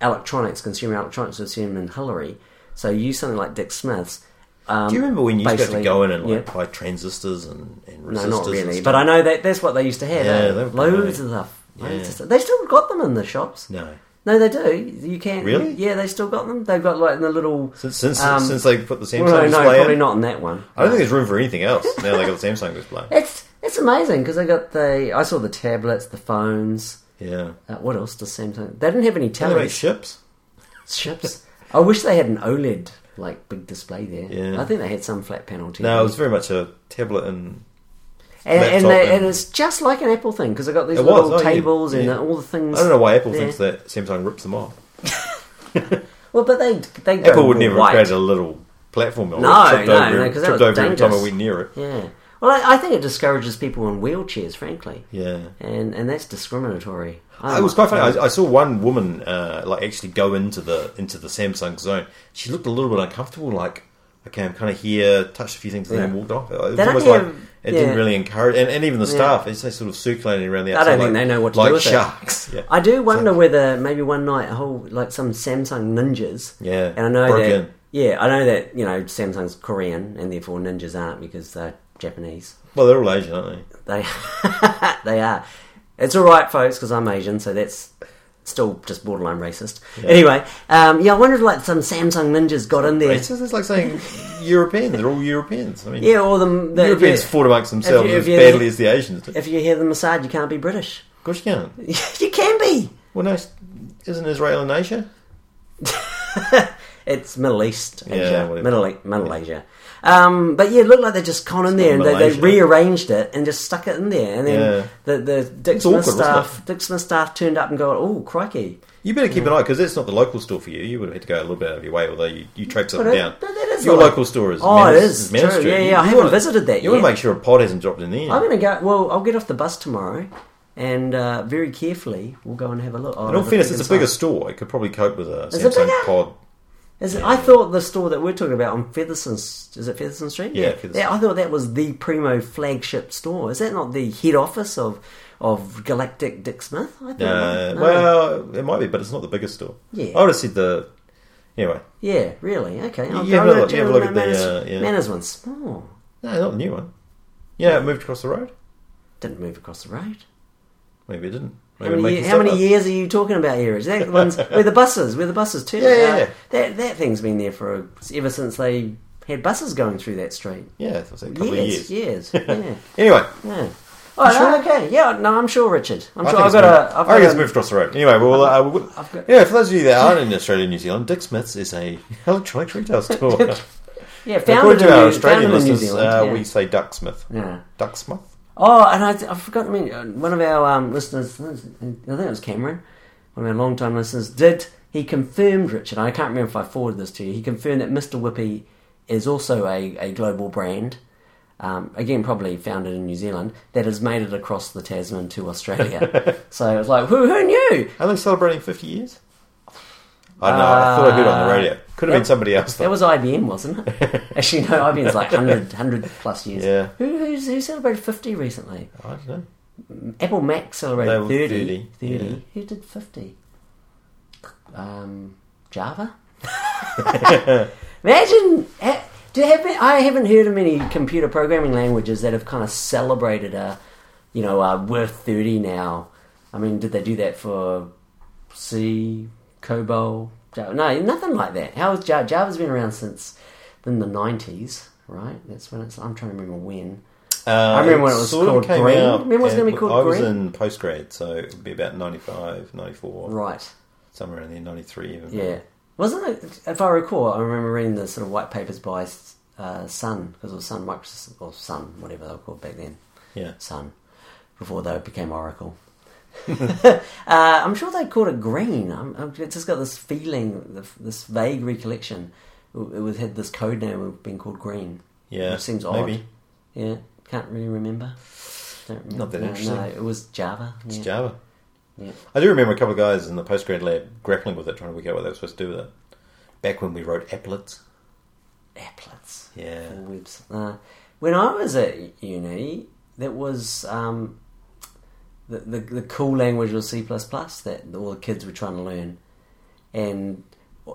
electronics, consumer electronics, with Simon Hillary. So you use something like Dick Smith's. Um, Do you remember when you used to have to basically, go in and like yeah. buy transistors and, and resistors? No, not really. and But I stuff? know that that's what they used to have. Yeah, eh? they were loads great. of stuff. Loads Yeah. of stuff. They still got them in the shops. no. No, they do. You can't. Really? Yeah, they still got them. They've got like in the little. Since since, Um, since they put the Samsung well, no, no, display probably in, not in that one. I don't think there's room for anything else now they got the Samsung *laughs* display. It's it's amazing because I got the I saw the tablets, the phones. Yeah. Uh, what else does Samsung? They didn't have any Can they make tellers, ships? *laughs* ships. I wish they had an OLED like big display there. Yeah. I think they had some flat panel TV. No, it was very much a tablet and and, and, laptop they, and and- it's just like an Apple thing because I got these It was, little oh, yeah, tables and uh, yeah. all the things. I don't know why Apple there. thinks that Samsung rips them off. Well, but they they go Apple would never white. have created a little platform or No, tripped no, over, no, 'cause that tripped was over every time I dangerous. went near it. Yeah. Well, I, I think it discourages people in wheelchairs, frankly, Yeah. and and that's discriminatory. I It was don't quite funny. I, I saw one woman uh, like actually go into the into the Samsung zone. She looked a little bit uncomfortable. Like, okay, I'm kind of here, touched a few things, and Yeah. then walked off. It was They don't almost have- like it yeah. didn't really encourage. And, and even the Yeah. staff, it's they sort of circulating around the I outside. don't think like- they know what to like do with it. sharks. Yeah. I do wonder whether maybe one night a whole like some Samsung ninjas. Yeah, and I know broke that. in. Yeah, I know that you know Samsung's Korean and therefore ninjas aren't because they're Japanese. Well, they're all Asian, aren't They they? *laughs* they are. It's all right, folks, because I'm Asian, so that's still just borderline racist. Anyway, um, yeah, I wondered like some Samsung ninjas got in there. It's just it's like saying Europeans. They're all Europeans. I mean, Yeah, or the, the *laughs* Europeans yeah. fought amongst themselves if as you- badly as the Asians. Did. if you hear them aside, you can't be British. *laughs* of course, you can't. you can be. Well, no, isn't Israel in Asia? It's Middle East Yeah, Asia, whatever. Middle E- Middle Asia. Um, but yeah, it looked like they just gone in there and not they, they Malaysia. rearranged it and just stuck it in there. And then Yeah. the the Dick It's Smith awkward, wasn't staff Dick Smith staff turned up and go, oh crikey, You better keep an eye because that's not the local store for you. You would have had to go a little bit out of your way, although you, you tracked But something it- down. but that is Your a lo- local store is Oh, Manor- it is. Manor True. Street. Yeah, yeah, You- I you haven't wanna- visited that You want yet. to make sure a pod hasn't dropped in there. I'm gonna go. Well, I'll get off the bus tomorrow, and uh, very carefully we'll go and have a look. I'll in all have a fairness, peek it's a inside. bigger store. It could probably cope with a it bigger? Samsung pod. Is it, I thought the store that we're talking about on Featherston, is it Featherston Street? Yeah, Featherston. I thought that was the primo flagship store. Is that not the head office of of Galactic Dick Smith? I thought it Uh, was. No. Well, it might be, but it's not the biggest store. Yeah. I would have said the. Anyway, yeah, really. Okay, I'll you have go a look- to you have a look at the, Manners- uh, yeah. Manners one's small. no, not the new one. Yeah, it moved across the road. Didn't move across the road. Maybe it didn't. How Maybe many, I'm making ye- how stuff many up. years are you talking about here? Is that one's where the buses, where the buses too? *laughs* Uh, Yeah, yeah, yeah. That that thing's been there for ever since they had buses going through that street. Yeah, I was a couple years, of years. years, *laughs* yeah. Anyway, Yeah. Oh, no, okay. Yeah, no, I'm sure, Richard. I'm sure. I've got a. I've I got think it's a moved across the road. Anyway, well, uh, we- I've got- yeah, for those of you that aren't in Australia and New Zealand, Dick Smith's is a *laughs* *laughs* electronics retail store. yeah, founded According in, to our New, Australian founded in New listeners, Zealand. uh, yeah. we say Ducksmith. Yeah. Ducksmith? Oh, and I, I forgot to mention one of our um, listeners. I think it was Cameron, one of our long-time listeners. Did he confirmed Richard? I can't remember if I forwarded this to you. He confirmed that Mister Whippy is also a, a global brand. Um, again, probably founded in New Zealand that has made it across the Tasman to *laughs* Australia. so it's like, who who knew? Are they celebrating 50 years? I don't know. I thought I heard on the radio. Could have Uh, that- been somebody else, That though. was IBM, wasn't it? Actually, no, IBM's like 100, 100 plus years. Yeah. Who, who's, who celebrated 50 recently? I don't know. Apple Mac They celebrated were 30. 30, 30. yeah. Who did 50? Um, *laughs* Java? Imagine. ha- Do you have, I haven't heard of many computer programming languages that have kind of celebrated a, you know, a we're 30 now. I mean, did they do that for C, COBOL, Java. No, nothing like that. How is Java? Java's been around since in the nineties, right? That's when it's. I'm trying to remember when. Uh, I remember when it was sort of called came Green. out Remember it was and gonna be called I was Green? in postgrad, so it would be about 95, 94, Right. somewhere around there, 93 even. Yeah. Wasn't it? If I recall, I remember reading the sort of white papers by uh, Sun because it was Sun Microsoft or Sun, whatever they were called back then. Yeah. Sun, before they became *laughs* Oracle. uh, I'm sure they called it green. I'm, I'm it's just got this feeling, th- this vague recollection. It was had this code name of being called green. Yeah, which seems odd. maybe. Yeah, can't really remember. Don't remember. Not that No, interesting. No, it was Java. It's yeah. Java. Yeah. I do remember a couple of guys in the postgrad lab grappling with it, trying to work out what they were supposed to do with it. Back when we wrote applets. applets. Yeah. Full webs. Uh, when I was at uni, that was um, the, the the cool language was C plus plus that all the kids were trying to learn, and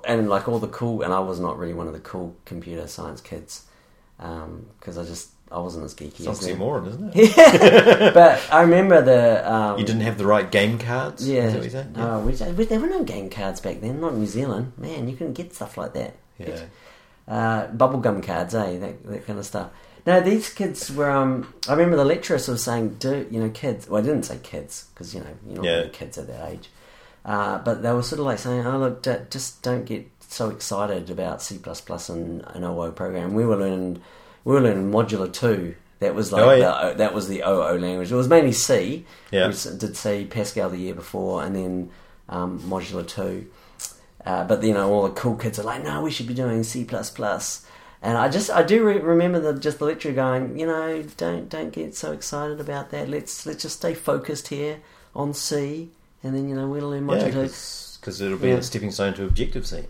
and like all the cool, and I was not really one of the cool computer science kids because I just I wasn't as geeky It's as them. oxymoron, isn't *laughs* it? But I remember the um, You didn't have the right game cards? yeah, Is that what you're saying? Yeah. Oh, we, we, there were no game cards back then. Not in New Zealand, man. You couldn't get stuff like that. yeah. uh, bubblegum cards, eh? That, that kind of stuff. No, these kids were. Um, I remember the lecturer sort of saying, "Do you know kids?" Well, I didn't say kids because you know you're not Yeah. really kids at that age. Uh, but they were sort of like saying, "Oh look, d- just don't get so excited about C and an OO program." We were learning, we were learning modular two. That was like Oh, yeah. the, that was the OO language. It was mainly C. Yeah. We s- did C Pascal the year before, and then um, modular two. Uh, but you know, all the cool kids are like, "No, we should be doing C And I just, I do re- remember the, just the lecturer going, you know, don't don't get so excited about that. Let's let's just stay focused here on C, and then you know we'll learn Yeah, modular. two. because it'll be Yeah. a stepping stone to Objective C.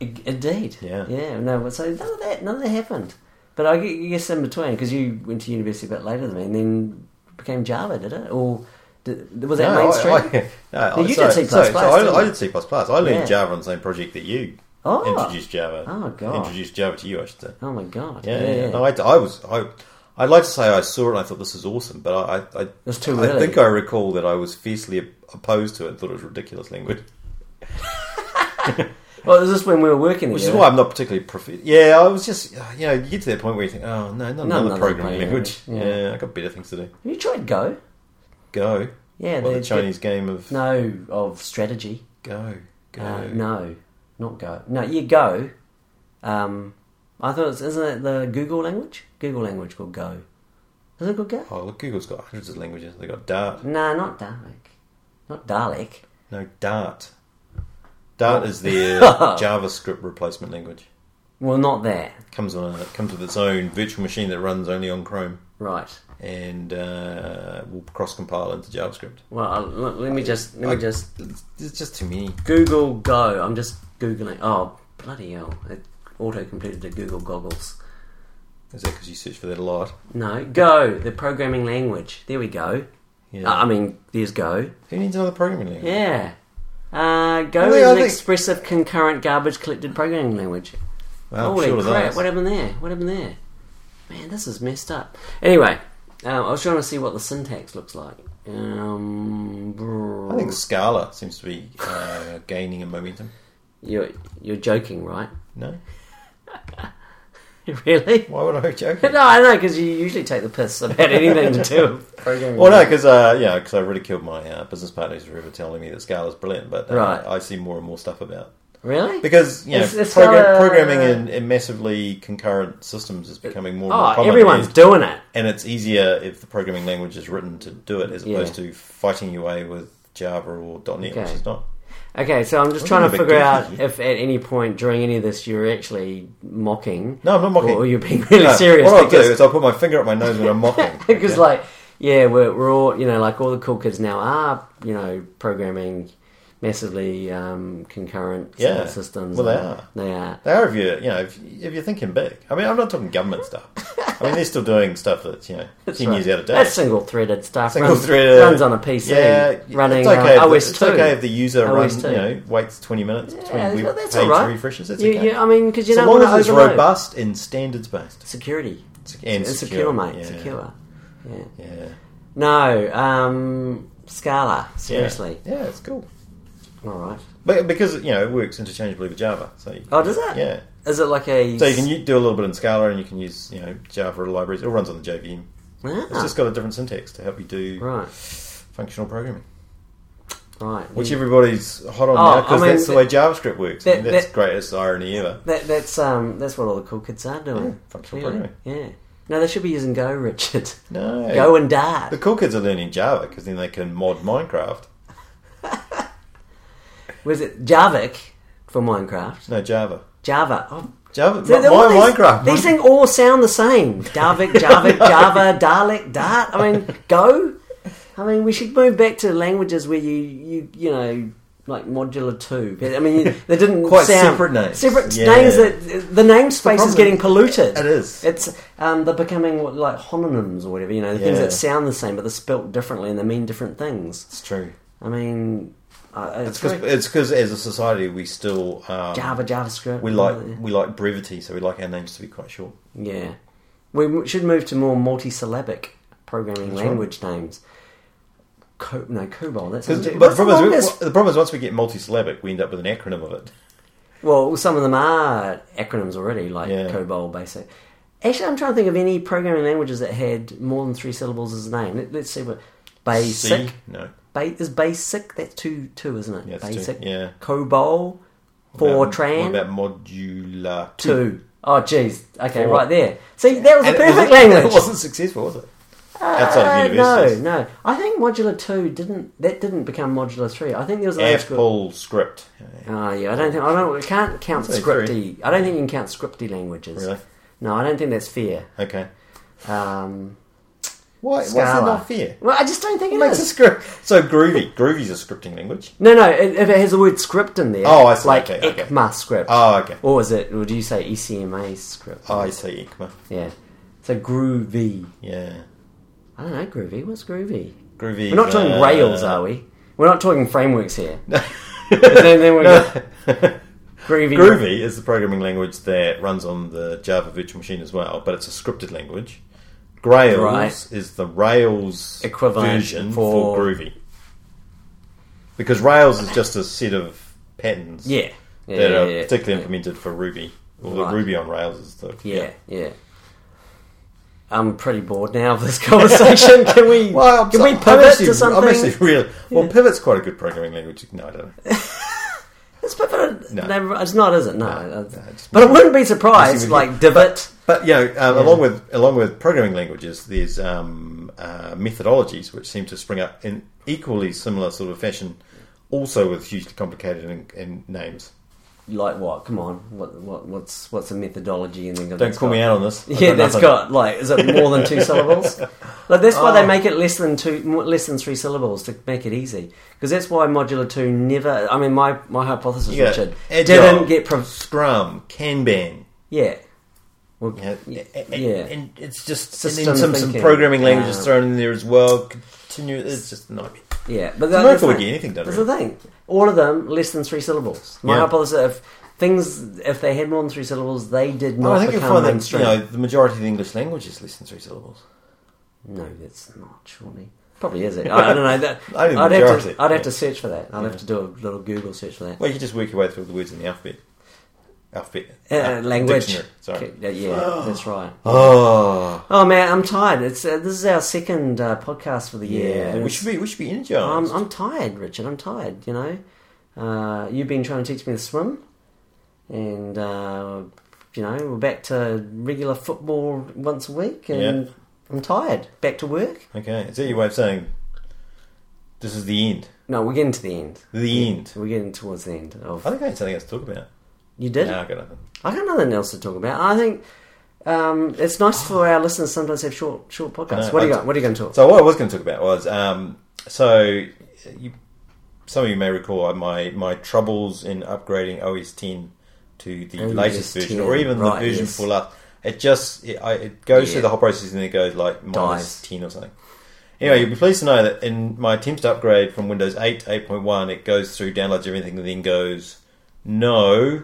I- Indeed. Yeah. Yeah. No. but So none of that, none of that happened. But I gu- guess in between, because you went to university a bit later than me, and then became Java, did it? Or did, was that I- *laughs* mainstream? I, no, No, you so, did C++, So, so didn't I, I you? did C++. I learned Yeah. Java on the same project that you Oh. introduced Java. Oh, God. Introduced Java to you, I should say. oh my god. Yeah, yeah. No, I, I was. I, I'd like to say I saw it and I thought this is awesome, but I, I, I, It's too I early. think I recall that I was fiercely opposed to it and thought it was ridiculous language, well, is this when we were working? which is together? why I'm not particularly. Profi- yeah, I was just. uh, You know, you get to that point where you think, oh no, not another another programming programming language. language. Yeah. Yeah. I got better things to do. Have you tried Go? Go. Yeah, Well, they- the Chinese game of No, of strategy. go. Go. Uh, no, not Go. No, you Go. Um, I thought it's isn't it the Google language? Google language called Go. Is it called Go? Oh look, Google's got hundreds of languages. They got Dart. Nah, not Dalek. Not Dalek. No, Dart. Oh. Dart *laughs* is their JavaScript replacement language. Well, not that. Comes on. A, comes with its own virtual machine that runs only on Chrome. Right. and uh, we'll cross compile into JavaScript. Well, I'll- let, let me just let me just It's, it's just too many. Google Go. I'm just googling. Oh bloody hell! It auto completed the Google goggles. Is that because you search for that a lot? No, Go, the programming language. There we go. Yeah. Uh, I mean, there's Go. Who needs another programming language? Yeah. Uh, Go I think- is I an think- expressive concurrent garbage collected programming language. Well, I'm Holy Oh, sure of crap! those. What happened there? What happened there? Man, this is messed up. Anyway, um, I was trying to see what the syntax looks like. Um, brr. I think Scala seems to be uh, gaining in momentum. you're you're joking, right? *laughs* No, really? *laughs* why would I joke? No, I know because you usually take the piss about anything to do *laughs* with programming. Well, no, because uh, yeah, 'cause I ridiculed my uh, business partners who were telling me that Scala's brilliant, but uh, Right. I see more and more stuff about really? because you know It's- it's program- Scala- uh, programming in, in massively concurrent systems is becoming more and more Oh, common. everyone's and- doing it. and it's easier if the programming language is written to do it as Yeah. opposed to fighting your way with Java or .NET, which Okay. is not. Okay, so I'm just Well, trying you're to a bit figure goofy. out if at any point during any of this you're actually mocking. No, I'm not mocking. Or, or you're being really No, serious. What I'll do because, is I'll put my finger up my nose when I'm mocking. *laughs* because, like, yeah, we're, we're all, you know, like all the cool kids now are, you know, programming massively um, concurrent Yeah. systems. Well, they and are. They are. they are if you you know if, if you're thinking big. I mean, I'm not talking government stuff. I mean, they're still doing stuff that's you know ten years out of *laughs* date. That's single threaded stuff. Single runs, threaded runs on a PC. running it's okay, um, if the- OS it's two. okay if the user OS runs, two. you know, waits 20 minutes Yeah, between web that's page all right. refreshes. It's You- okay. you- I mean, because you so don't long want as to it's overload. robust and standards based Security. and It's secure, secure, mate. yeah. Secure. Yeah. Yeah. No, um, Scala. Seriously. Yeah, it's cool. All right. But because you know it works interchangeably with Java, so you, Oh, does it? yeah. Is it like a? So you can u- do a little bit in Scala, and you can use you know Java libraries. It all runs on the JVM. Ah, It's just got a different syntax to help you do right, functional programming, right. which You- everybody's hot on Oh, now because I mean, that's the that- way JavaScript works. I mean, that- that's that- greatest irony ever. that, that's um, that's what all the cool kids are doing. Yeah, functional clearly. Yeah. No, they should be using Go, Richard. No, Go and Dart. the cool kids are learning Java because then they can mod Minecraft. Was it Javik for Minecraft? No Java, Java. Oh, Java, they're- they're my all these, Minecraft. These things all sound the same. *laughs* Davik, Javik, Java, Dalek, Dart. I mean, Go. I mean, we should move back to languages where you, you, you know, like modular two. But, I *laughs* mean, they didn't Quite sound, separate names. Separate Yeah. names that the namespace problem. is getting polluted. It is. It's um, they're becoming what, like homonyms or whatever. You know, the things Yeah. that sound the same but they're spelt differently and they mean different things. It's true. I mean, Uh, It's it's because very- it's because as a society we still um, Java, JavaScript. we like uh, we like brevity, so we like our names to be quite short. Yeah. We m- should move to more multisyllabic programming That's right. language names. Co- no, COBOL. That's 'Cause- what's but the problem, wrong is, with- we- the problem is once we get multisyllabic, we end up with an acronym of it. Well, some of them are acronyms already, like Yeah. COBOL, basic. Actually, I'm trying to think of any programming languages that had more than three syllables as a name. Let, let's see what. Basic. C? No. Ba- is basic? That's two, two, isn't it? Yeah, it's two, basic. yeah. COBOL. What about- Fortran. What about modular two. Oh, jeez. Okay, Four. right there. See, that was a And it perfect *laughs* wasn't- language. It wasn't successful, was it? Outside of Uh, no, universities. no. I think modular two didn't. That didn't become modular three. I think there was a Apple script. Oh yeah, I don't think I don't. We can't count I'd say scripty. I don't think you can count scripty languages. Really? No, I don't think that's fair. Okay. Um, Why, why is Scala. that not fair? well, I just don't think It it makes a is. script. So Groovy. Groovy's a scripting language. No, no. i- If it has the word script in there, Oh, I see, Like okay, okay. ECMA script, Oh, okay. or is it? Or do you say E ECMA script? Oh, I see. ECMA. Yeah. So groovy. Yeah. I don't know groovy. What's groovy? Groovy. We're not is, talking uh, rails, *laughs* are we? We're not talking frameworks here. No. then, then we're No. groovy. Groovy is the programming language that runs on the Java virtual machine as well, but it's a scripted language. Grails Right. is the Rails Equivalent version for- for... Groovy. Because Rails is just a set of patterns Yeah. Yeah. that yeah, are yeah. particularly implemented for Ruby. Well, the Right. Ruby on Rails is the. *laughs* Yeah, yeah. I'm pretty bored now of this *laughs* conversation. Can we Well, I'm can so- we I'm pivot actually- to something? I'm actually real. Well, Yeah. Pivot's quite a good programming language. No, I don't know. It's pivot. No. Never, it's not, is it? No. No, that's- no, it's- but I wouldn't be It's surprised. even- Like divot. But you know, um, along with along with programming languages, there's um, uh, methodologies which seem to spring up in equally similar sort of fashion, also with hugely complicated and, and names. Like what? Come on. What? What? What's what's a methodology? And then Don't call me out on this. I've Yeah, got that's nothing. got like is it more than *laughs* two syllables? Like that's why Oh. they make it less than two, more- less than three syllables to make it easy. Because that's why modular two never. I mean, my my hypothesis, You got Richard, agile, didn't get pro- Scrum, Kanban. yeah. Well, you know, and, Yeah. and it's just and System then some, some thinking. programming languages Um, thrown in there as well. Continue. It's just not. Yeah, but It's that- not that's, we the get thing. anything done. that's Really. the thing. All of them less than three syllables. My Yeah. hypothesis: if things, if they had more than three syllables, they did Well, not I think you become find that you mainstream. know the majority of the English language is less than three syllables. No, that's not surely. Probably is it? I I don't know. That, *laughs* I think I'd, have majority, to, I'd have yeah. to search for that. I'd Yeah. have to do a little Google search for that. Well, you can just work your way through all the words in the alphabet. Alphabet. Uh, language. Ah, Dictionary, Sorry. Okay, *gasps* Yeah, that's right. Oh. Oh man, I'm tired. It's uh, this is our second uh, podcast for the year. Yeah. and We it's- should be. We should be energized. I'm, I'm tired, Richard. I'm tired. You know, uh, you've been trying to teach me to swim, and uh, you know we're back to regular football once a week, and Yeah. I'm tired. Back to work. okay. Is that your way of saying this is the end? No, we're getting to the end. The end. We're getting towards the end I of. think I had something else to talk about. You did. No, I got nothing. I got nothing else to talk about. I think um, it's nice for our listeners sometimes to have short short podcasts. No, what are you I- got? What are you going to talk? So what I was going to talk about was um, so you, some of you may recall my my troubles in upgrading OS 10 to the OS latest version, 10, or even right, the version yes. before last. It just it, I, it goes Yeah. through the whole process and then it goes like minus Dies. ten or something. Anyway, you'll be pleased to know that in my attempts to upgrade from Windows 8 to 8.1, it goes through, downloads everything, and then goes, *laughs* no,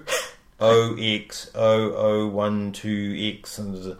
OX0012X. And z-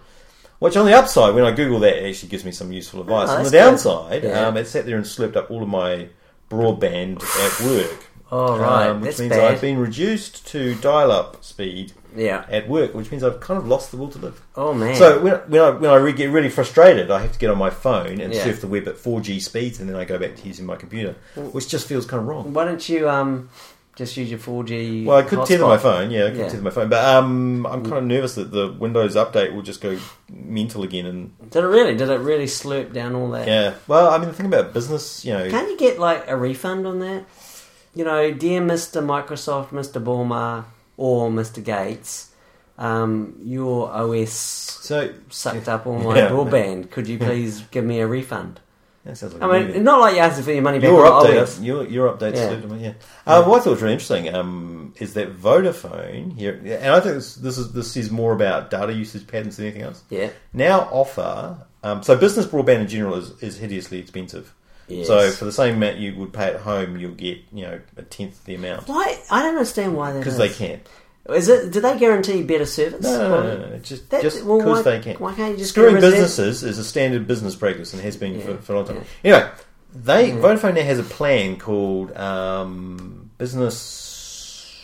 which on the upside, when I Google that, it actually gives me some useful advice. Oh, on the that's good. downside, Yeah. um, it sat there and slurped up all of my broadband at *sighs* work. Um, Oh, right. which That's means bad. I've been reduced to dial up speed Yeah. at work, which means I've kind of lost the will to live. Oh man. So when, when I when I re- get really frustrated, I have to get on my phone and Yeah. surf the web at 4G speeds, and then I go back to using my computer, which just feels kind of wrong. why don't you um, just use your 4G? Well, I could tether my hotspot? phone, yeah, I could Yeah. tether my phone, but um, I'm kind of nervous that the Windows update will just go mental again. And Did it really? Did it really slurp down all that? yeah, well, I mean, the thing about business, you know, Can't you get like a refund on that? You know, dear Mr. Microsoft, Mr. Borma, or Mr. Gates, um, your OS so sucked up all my *laughs* Yeah. broadband. Could you *laughs* please give me a refund? that sounds like I a mean, movie. not like you're asking for your money back. Your on update, OS. your your updates. Yeah. Yeah. yeah. Uh, What I thought was really interesting um, is that Vodafone here, and I think this, this is this is more about data usage patterns than anything else. Yeah. Now offer um, so business broadband in general is, is hideously expensive. Yes. So for the same amount you would pay at home, you'll get you know a tenth of the amount Why? I don't understand why that is. because they can. Is it? Do they guarantee better service? No, no, no, no, no. Just That- just well, because why- they can. why can't you just screwing get rid of that? businesses is a standard business practice and has been Yeah, Mm. for, for a long time. Anyway, they Vodafone now has a plan called um, business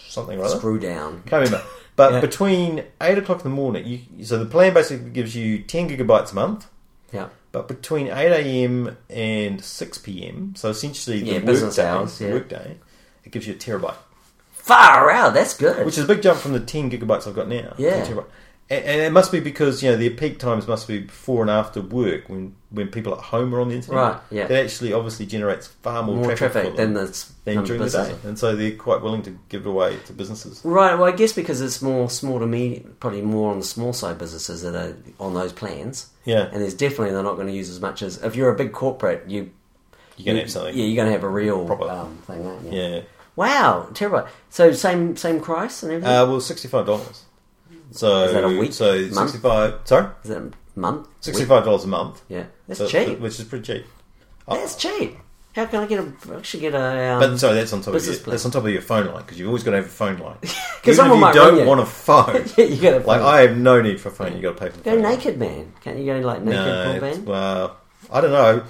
something or other. Screw down. Can't remember. But Yeah. between eight o'clock in the morning, you, so the plan basically gives you ten gigabytes a month. Yeah. But between 8 a.m. and 6 p.m., so essentially the Yeah, workday, business hours, the yeah. workday, it gives you a terabyte, Far out. That's good. which is a big jump from the 10 gigabytes I've got now. Yeah. 10 terabyte. And, and it must be because you know their peak times must be before and after work when, when people at home are on the internet. Right, yeah. That actually obviously generates far more, more traffic, traffic for than them the than than during the business. day, and so they're quite willing to give it away to businesses. Right. Well, I guess because it's more small to medium, probably more on the small side businesses that are on those plans. Yeah. And there's definitely they're not going to use as much as if you're a big corporate. You You're gonna have something. Yeah, you're going to have a real Proper. um, thing, aren't you? yeah. Wow, terrible. So same same price and everything. Uh, well, sixty-five dollars. So Is that a week? So Month? sixty-five. Sorry, Is it a month? Week? sixty-five dollars a month. Yeah, that's So- cheap. which is pretty cheap. That's cheap. How can I get a? I should get a. Um, *laughs* But sorry, that's on top of Business your, plan. that's on top of your phone line because you've always got to have a phone *laughs* line. Because someone if might you don't ring you. want a phone, *laughs* yeah, you got to like I have no need for a phone. You got to pay for the go phone. line. naked, man. Can't you go like naked No, full it's- band? well, I don't know.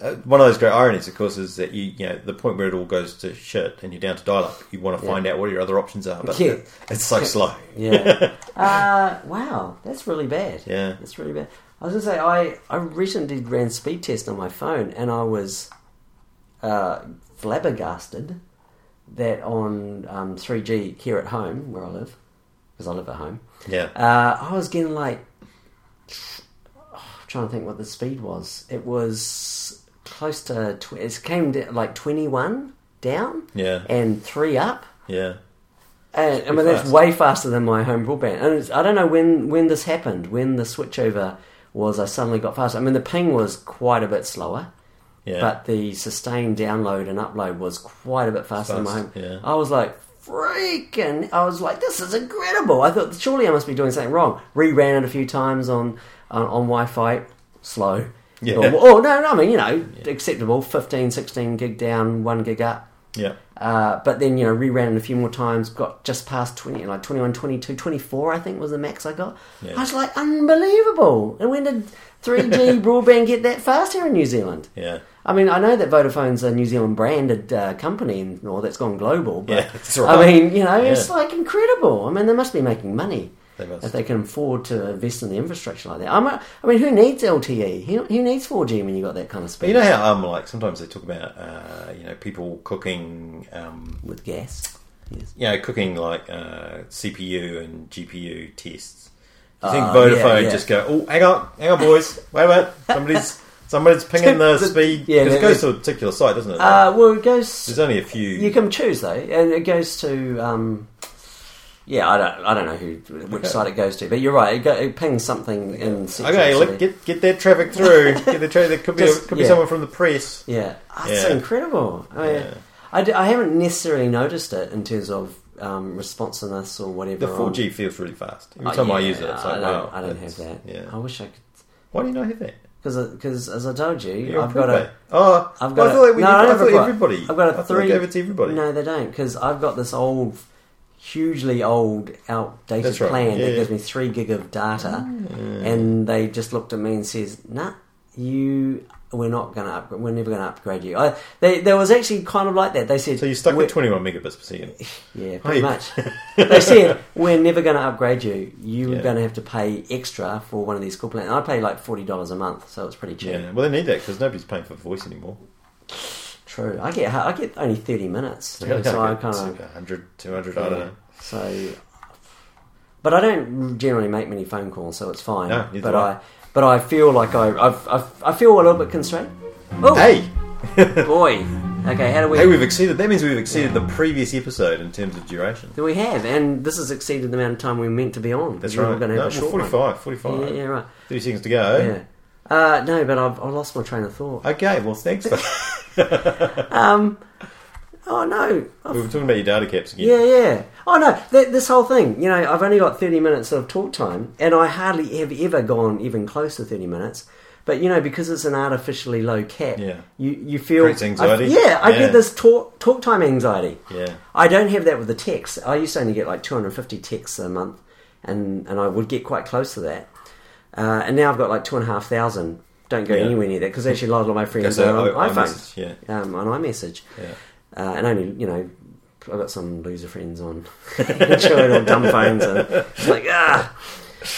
Uh, One of those great ironies, of course, is that you, you know, the point where it all goes to shit and you're down to dial up, you want to Yeah. find out what your other options are, but Yeah. it- *laughs* it's so slow. *laughs* Yeah. uh, wow, that's really bad. Yeah. that's really bad. I was gonna say I I recently ran speed test on my phone and I was uh, flabbergasted that on um, 3G here at home where I live because I live at home. Yeah. Uh, I was getting like *sighs* oh, trying to think what the speed was. It was close to tw- it came to like twenty one down, Yeah. and three up. yeah. And, I mean that's fast. way faster than my home broadband. And it's, I don't know when when this happened. When the switchover was, I suddenly got faster. I mean the ping was quite a bit slower. Yeah. But the sustained download and upload was quite a bit faster than my home. Fast, yeah. I was like, freaking! I was like, this is incredible. I thought surely I must be doing something wrong. Reran it a few times on on, on Wi-Fi, slow. Yeah. Or, or no, no, I mean you know acceptable. 15, 16 gig down, one gig up. yeah. Uh, but then, you know, reran it a few more times, got just past 20, like 21, 22, 24, I think was the max I got. Yeah. I was like, unbelievable. And when did *laughs* 3G broadband get that fast here in New Zealand? Yeah. I mean, I know that Vodafone's a New Zealand branded uh, company and all that's gone global, but Yeah, *laughs* that's right. I mean, you know, it's Yeah. like incredible. I mean, they must be making money They must. if they can afford to invest in the infrastructure like that. I'm a, I mean, who needs LTE? Who, who needs 4G when you got that kind of But speed you know how um like sometimes they talk about uh, you know people cooking um, with gas? Yes. you know cooking like uh, CPU and GPU tests. Do you think Ah, Vodafone yeah, yeah. just go? Oh, hang on, hang on, boys, wait a minute. Somebody's *laughs* somebody's pinging the The- speed yeah, because the- it goes to a particular site, doesn't it? Uh, well, it goes. There's only a few. You can choose though, and it goes to um, yeah, I don't, I don't know who which Okay. side it goes to, but you're right. It, go, it pings something in. Central, okay, so- look, get get that traffic *laughs* through. get the traffic. There could be Just- could be yeah. someone from the press. yeah, Ah, that's Yeah. incredible. I, mean, Yeah. I, d- I haven't necessarily noticed it in terms of um, responsiveness or whatever. The on- 4G feels really fast. Every Oh, time I yeah, use it, it's I like don't, wow. I don't have that's- that. I Yeah. wish I could, Why do you not have that? because as I told you, You're I've got a. Oh, I've got. I thought, a, that we no, did- I I don't have thought a quad. everybody. I've got I a thought three. they gave it to everybody. No, they don't, because I've got this old, hugely old, outdated That's right. plan Yeah, Mm. that yeah. gives me three gig of data, and they just looked at me and says, "Nah, you." We're not going to upgrade. We're never going to upgrade you. I, they, there was actually kind of like that. They said, So you're stuck "We're- with 21 megabits per second. yeah, pretty Hey. *laughs* much. they said we're never going to upgrade you. You're Yeah. going to have to pay extra for one of these cool plans. I pay like forty dollars a month, so it's pretty cheap. Yeah. Well, they need that because nobody's paying for voice anymore. True. I get I get only thirty *laughs* minutes, too, so I kind of 100, 200, I don't know. So, but I don't generally make many phone calls, so it's fine. No, neither but do I. I, but I feel like I, I've, I've, I feel a little bit constrained. Oh Hey! *laughs* boy. Okay, how do we? Hey, we've exceeded. That means we've exceeded the previous episode in terms of duration. do we have? And this has exceeded the amount of time we were meant to be on. That's We right. We're going to no, have a short 45, one. 45. Yeah, yeah, right. 30 seconds to go. Yeah. Uh, no, but I've I lost my train of thought. Okay, well, thanks. For, *laughs* Oh no. I've we were talking about your data caps again. Yeah, yeah. Oh no, th- this whole thing. You know, I've only got thirty minutes of talk time, and I hardly have ever gone even close to thirty minutes But you know, because it's an artificially low cap, Yeah. you you feel Creates anxiety. I- yeah, I Yeah. get this talk talk time anxiety. Yeah. I don't have that with the text. I used to only get like 250 texts a month, and and I would get quite close to that. Uh, and now I've got like two and a half thousand. Don't go Yeah. anywhere near that because actually a lot of my friends Because, uh, are I- on iPhones, iMessage, yeah. um, on iMessage, Yeah. uh, and only you know. I've got some loser friends on *laughs* chewing on dumb phones and it's like ah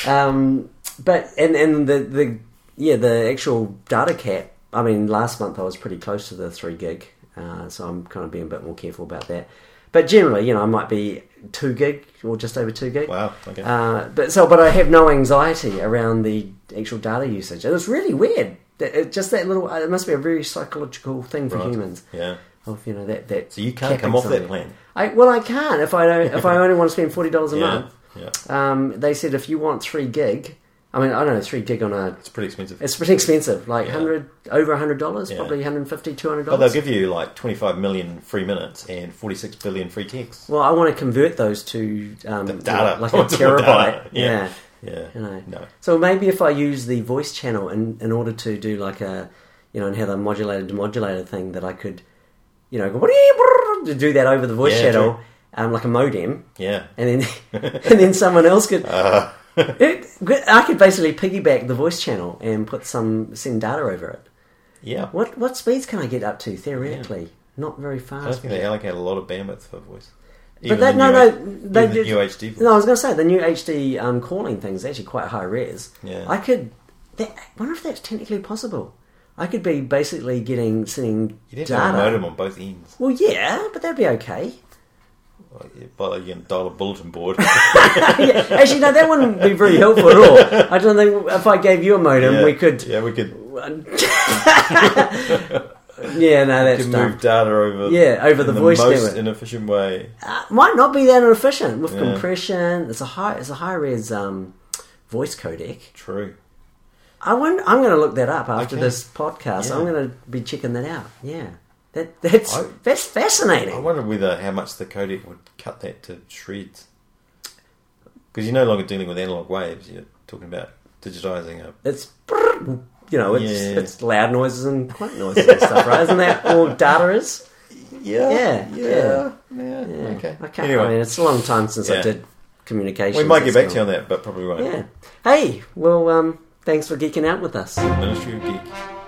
um, but and and the the yeah the actual data cap. I mean, last month I was pretty close to the three gig, uh, so I'm kind of being a bit more careful about that. But generally, you know, I might be two gig or just over two gig. Wow. Okay. Uh, but so, but I have no anxiety around the actual data usage, and it's really weird. That- it- just that little, uh, it must be a very psychological thing for Right. humans. yeah. Of you know that that. So you can't come off that plan. I, well, I can't if I don't *laughs* if I only want to spend forty dollars a Yeah. month. Yeah. Um, they said if you want three gig, I mean, I don't know, three gig on a, It's pretty expensive. it's pretty expensive, like Yeah. 100, over $100, Yeah. probably 150 $200. But they'll give you like 25 million free minutes and 46 billion free texts. well, I want to convert those to um, data. *laughs* like a What's more terabyte. data? Yeah. Yeah. Yeah. you know. No. So maybe if I use the voice channel in, in order to do like a, you know, and how the modulated demodulated thing that I could, you know, go, to do that over the voice Yeah, channel, true. um, like a modem, Yeah. and *laughs* then *laughs* and then someone else could. Uh, *laughs* It, I could basically piggyback the voice channel and put some send data over it. yeah. What what speeds can I get up to theoretically? Not very I don't fast. think they allocate a lot of bandwidth for voice. But the that, no, new no, H- they even the did- new HD voice. No, I was going to say the new HD um, calling thing is actually quite high res. Yeah. I could. That, I wonder if that's technically possible. I could be basically getting sending You'd have to have data. a modem on both ends. Well, yeah, but that'd be okay. *laughs* But you can dial a bulletin board. yeah, actually, no, that wouldn't be very helpful at all. I don't think if I gave you a modem, Yeah. we could. Yeah, we could, Yeah, no, we that's could dumb. move data over. Yeah, over in the voice most network. inefficient way. uh, might not be that efficient with Yeah. compression. It's a high, it's a high res um, voice codec. True. I wonder, I'm going to look that up after Okay. this podcast. Yeah. I'm going to be checking that out. Yeah, that that's I- that's fascinating. I wonder whether how much the codec would cut that to shreds. Because you're no longer dealing with analog waves. You're talking about digitizing a. it's you know it's Yeah. it's loud noises and quiet noises and stuff, right? Isn't that all data is? Yeah. Yeah, yeah, Yeah. Yeah. Okay. I can't. I mean, Anyway, it's a long time since I Yeah. did communications. we might get It's back to you gone. on that, but probably won't. Yeah. Hey, well, um, thanks for geeking out with us. Ministry of Geek.